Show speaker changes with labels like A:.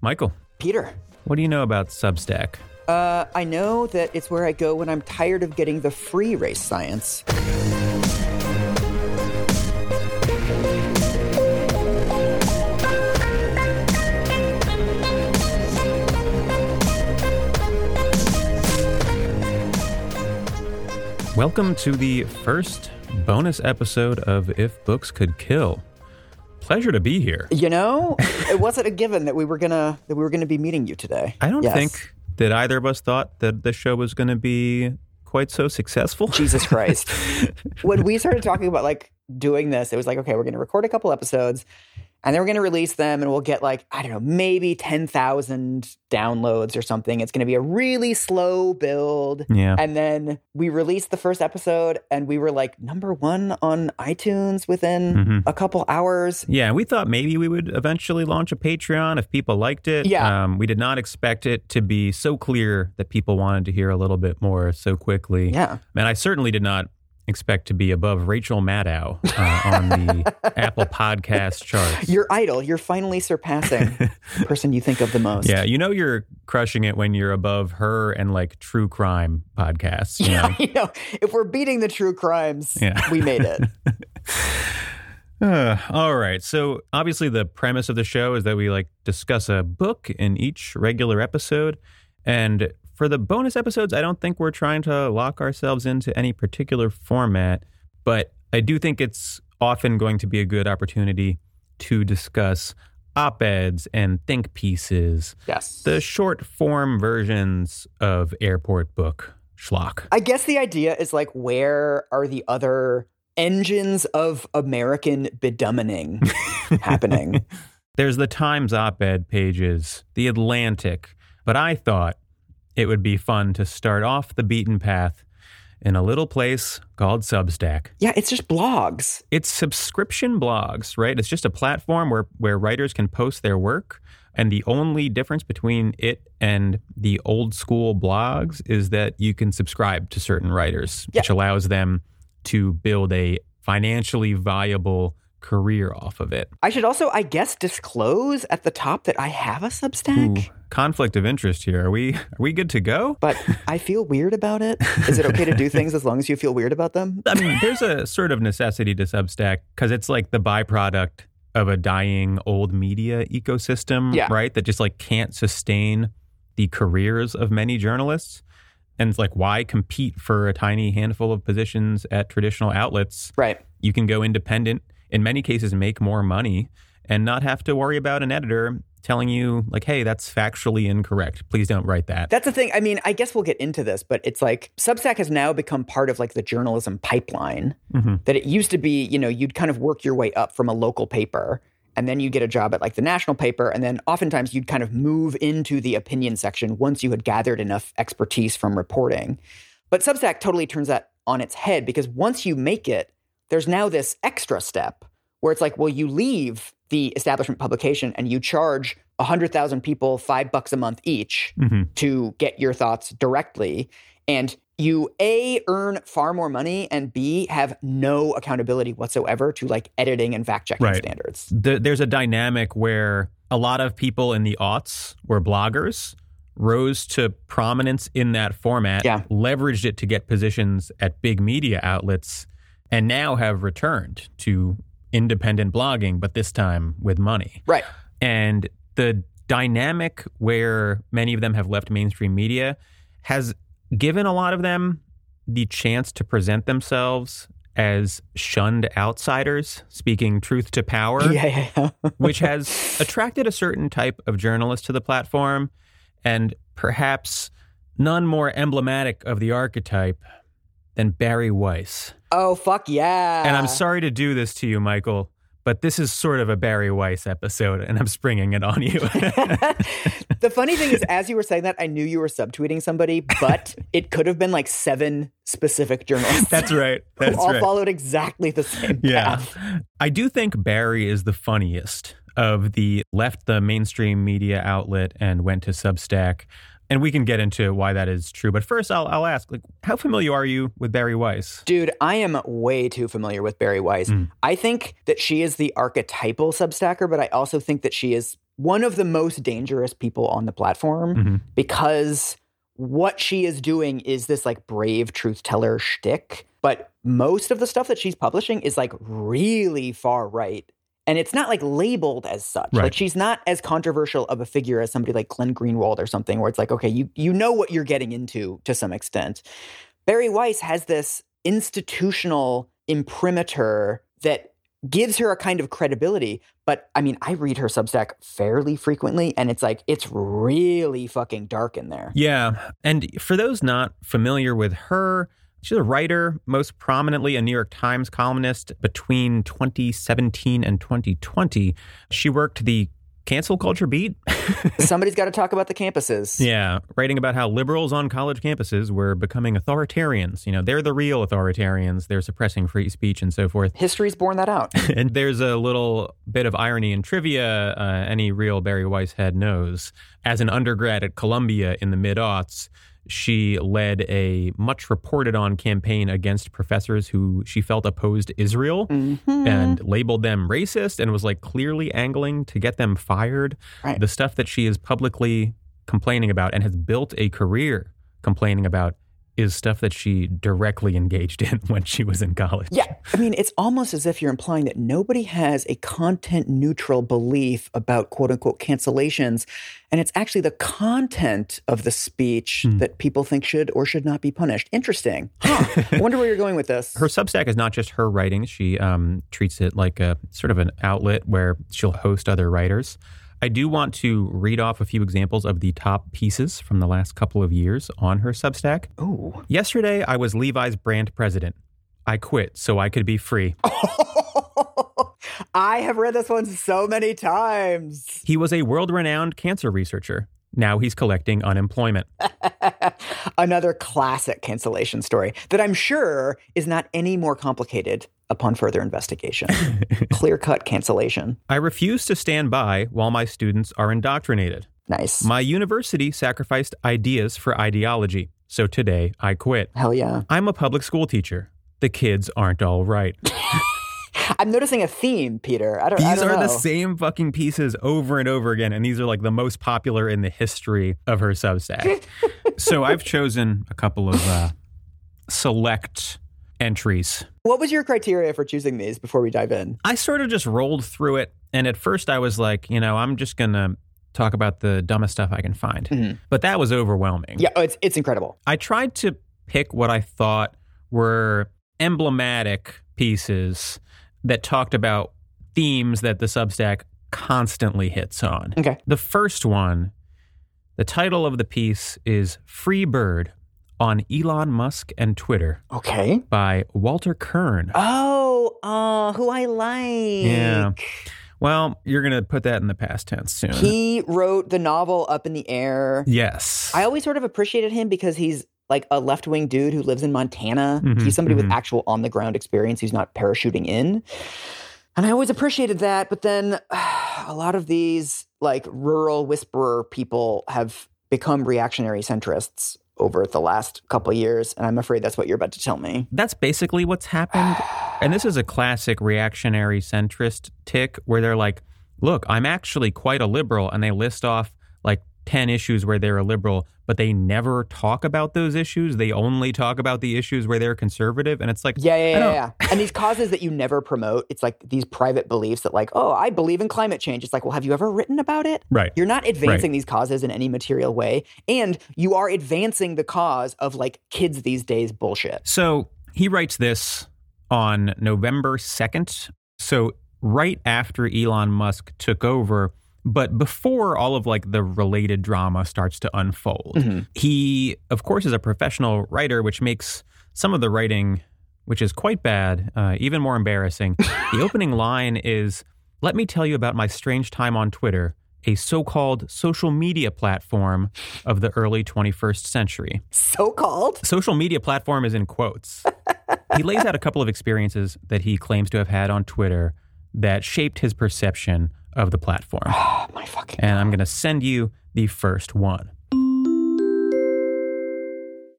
A: Michael,
B: Peter.
A: what do you know about Substack?
B: Uh, I know that it's where I go when I'm tired of getting the free race science.
A: Welcome to the first bonus episode of If Books Could Kill. Pleasure to be here.
B: You know, it wasn't a given that we were gonna that we were gonna be meeting you today.
A: I don't
B: Yes.
A: think that either of us thought that the show was going to be quite so successful.
B: Jesus Christ. when we started talking about like doing this, it was like, okay, we're going to record a couple episodes and then we're going to release them and we'll get like, I don't know, maybe 10,000 downloads or something. It's going to be a really slow build.
A: Yeah.
B: And then we released the first episode and we were like number one on iTunes within
A: Mhm.
B: a couple hours.
A: Yeah, we thought maybe we would eventually launch a Patreon if people liked it.
B: Yeah.
A: Um, we did not expect it to be so clear that people wanted to hear a little bit more so quickly.
B: Yeah.
A: And I certainly did not expect to be above Rachel Maddow uh, on the Apple podcast charts.
B: You're idol. You're finally surpassing the person you think of the most.
A: yeah, you know you're crushing it when you're above her and like true crime podcasts. You know?
B: you know, if we're beating the true crimes,
A: Yeah.
B: we made it.
A: Uh, all right. So obviously, the premise of the show is that we like discuss a book in each regular episode, and for the bonus episodes, I don't think we're trying to lock ourselves into any particular format, but I do think it's often going to be a good opportunity to discuss op eds and think pieces,
B: Yes.
A: the short form versions of airport book schlock.
B: I guess the idea is like, where are the other engines of American bedummening happening?
A: There's the Times op ed pages, The Atlantic, but I thought it would be fun to start off the beaten path in a little place called Substack.
B: Yeah, it's just blogs.
A: It's subscription blogs, right? It's just a platform where, where writers can post their work. And the only difference between it and the old school blogs is that you can subscribe to certain writers,
B: Yeah.
A: which allows them to build a financially viable career off of it.
B: I should also, I guess, disclose at the top that I have a
A: Ooh,
B: Substack,
A: conflict of interest here. Are we are we good to go?
B: but I feel weird about it. Is it okay to do things as long as you feel weird about them?
A: I mean, there's a sort of necessity to Substack because it's like the byproduct of a dying old media ecosystem,
B: Yeah.
A: right? That just like can't sustain the careers of many journalists. And it's like, why compete for a tiny handful of positions at traditional outlets?
B: Right.
A: You can go independent, in many cases, make more money and not have to worry about an editor telling you, like, hey, that's factually incorrect. Please don't write that.
B: That's the thing. I mean, I guess we'll get into this, but it's like Substack has now become part of like the journalism pipeline.
A: Mhm.
B: That it used to be, you know, you'd kind of work your way up from a local paper and then you get a job at like the national paper. And then oftentimes you'd kind of move into the opinion section once you had gathered enough expertise from reporting. But Substack totally turns that on its head because once you make it, there's now this extra step where it's like, well, you leave the establishment publication and you charge 100,000 people five bucks a month each
A: Mhm.
B: to get your thoughts directly and you a earn far more money and b have no accountability whatsoever to like editing and fact checking
A: Right.
B: standards
A: th- there's a dynamic where a lot of people in the aughts were bloggers, rose to prominence in that format,
B: Yeah.
A: leveraged it to get positions at big media outlets, and now have returned to independent blogging, but this time with money.
B: right
A: And the dynamic where many of them have left mainstream media has given a lot of them the chance to present themselves as shunned outsiders speaking truth to power
B: yeah, yeah, yeah.
A: which has attracted a certain type of journalist to the platform, and perhaps none more emblematic of the archetype than Barry Weiss.
B: oh fuck yeah
A: And I'm sorry to do this to you, Michael, but this is sort of a Barry Weiss episode, and I'm springing it on you.
B: the funny thing is as you were saying that i knew you were subtweeting somebody but it could have been like seven specific journalists
A: That's right.
B: who
A: That's
B: all
A: right.
B: followed exactly the same
A: Yeah.
B: path
A: I do think Barry is the funniest of the left the mainstream media outlet and went to Substack. And we can get into why that is true. But first I'll I'll ask, like, how familiar are you with Barry Weiss?
B: Dude, I am way too familiar with Barry Weiss.
A: Mm.
B: I think that she is the archetypal Substacker, but I also think that she is one of the most dangerous people on the platform
A: Mhm.
B: because what she is doing is this like brave truth teller shtick. But most of the stuff that she's publishing is like really far right. And it's not like labeled as such.
A: Right.
B: Like she's not as controversial of a figure as somebody like Glenn Greenwald or something, where it's like, okay, you you know what you're getting into to some extent. Barry Weiss has this institutional imprimatur that gives her a kind of credibility. But I mean, I read her Substack fairly frequently, and it's like it's really fucking dark in there.
A: Yeah. And for those not familiar with her, she's a writer, most prominently a New York Times columnist between 2017 and 2020. She worked the cancel culture beat.
B: Somebody's got to talk about the campuses.
A: yeah. Writing about how liberals on college campuses were becoming authoritarians. You know, they're the real authoritarians, they're suppressing free speech and so forth.
B: History's borne that out.
A: and there's a little bit of irony and trivia uh, any real Barry Weiss head knows. As an undergrad at Columbia in the mid aughts, she led a much reported on campaign against professors who she felt opposed Israel
B: Mm-hmm.
A: and labeled them racist and was like clearly angling to get them fired.
B: Right.
A: The stuff that she is publicly complaining about and has built a career complaining about is stuff that she directly engaged in when she was in college.
B: Yeah. I mean, it's almost as if you're implying that nobody has a content neutral belief about quote unquote cancellations. And it's actually the content of the speech
A: Hmm.
B: that people think should or should not be punished. Interesting. Huh. I wonder where you're going with this.
A: her Substack is not just her writing. She um, treats it like a sort of an outlet where she'll host other writers. I do want to read off a few examples of the top pieces from the last couple of years on her Substack.
B: Ooh.
A: Yesterday, I was Levi's brand president. I quit so I could be free.
B: I have read this one so many times.
A: He was a world renowned cancer researcher. Now he's collecting unemployment.
B: Another classic cancellation story that I'm sure is not any more complicated upon further investigation. Clear cut cancellation.
A: I refuse to stand by while my students are indoctrinated.
B: Nice.
A: My university sacrificed ideas for ideology. So today, I quit.
B: Hell yeah.
A: I'm a public school teacher. The kids aren't all right.
B: I'm noticing a theme, Peter. I don't, I
A: These
B: don't
A: are
B: know.
A: the same fucking pieces over and over again, and these are like the most popular in the history of her Substack. so I've chosen a couple of uh, select entries.
B: What was your criteria for choosing these before we dive in?
A: I sort of just rolled through it, and at first I was like, you know, I'm just gonna talk about the dumbest stuff I can find.
B: Mhm.
A: But that was overwhelming.
B: Yeah, oh, it's it's incredible.
A: I tried to pick what I thought were emblematic pieces that talked about themes that the Substack constantly hits on.
B: Okay.
A: The first one, the title of the piece is Free Bird on Elon Musk and Twitter
B: Okay.
A: by Walter Kern.
B: Oh, uh, who I like.
A: Yeah. Well, you're going to put that in the past tense soon.
B: He wrote the novel Up in the Air.
A: yes.
B: I always sort of appreciated him because he's like a left wing dude who lives in Montana.
A: Mhm,
B: he's somebody
A: mhm.
B: with actual on the ground experience who's not parachuting in. And I always appreciated that. But then a lot of these like rural whisperer people have become reactionary centrists over the last couple years. And I'm afraid that's what you're about to tell me.
A: That's basically what's happened. And this is a classic reactionary centrist tick where they're like, look, I'm actually quite a liberal. And they list off like 10 issues where they're a liberal, but they never talk about those issues. They only talk about the issues where they're conservative. And it's like,
B: Yeah, yeah,
A: I don't-
B: yeah, yeah. And these causes that you never promote, it's like these private beliefs that, like, oh, I believe in climate change. It's like, well, have you ever written about it?
A: Right.
B: You're not advancing these causes in any material way, and you are advancing the cause of like kids these days bullshit.
A: So he writes this on November 2nd. So right after Elon Musk took over, but before all of like the related drama starts to unfold. He of course is a professional writer which makes some of the writing which is quite bad uh, even more embarrassing. the opening line is let me tell you about my strange time on Twitter, a so-called social media platform of the early 21st century
B: So called.
A: social media platform is in quotes. he lays out a couple of experiences that he claims to have had on Twitter that shaped his perception of the platform.
B: Oh, my fucking.
A: And I'm going to send you the first one.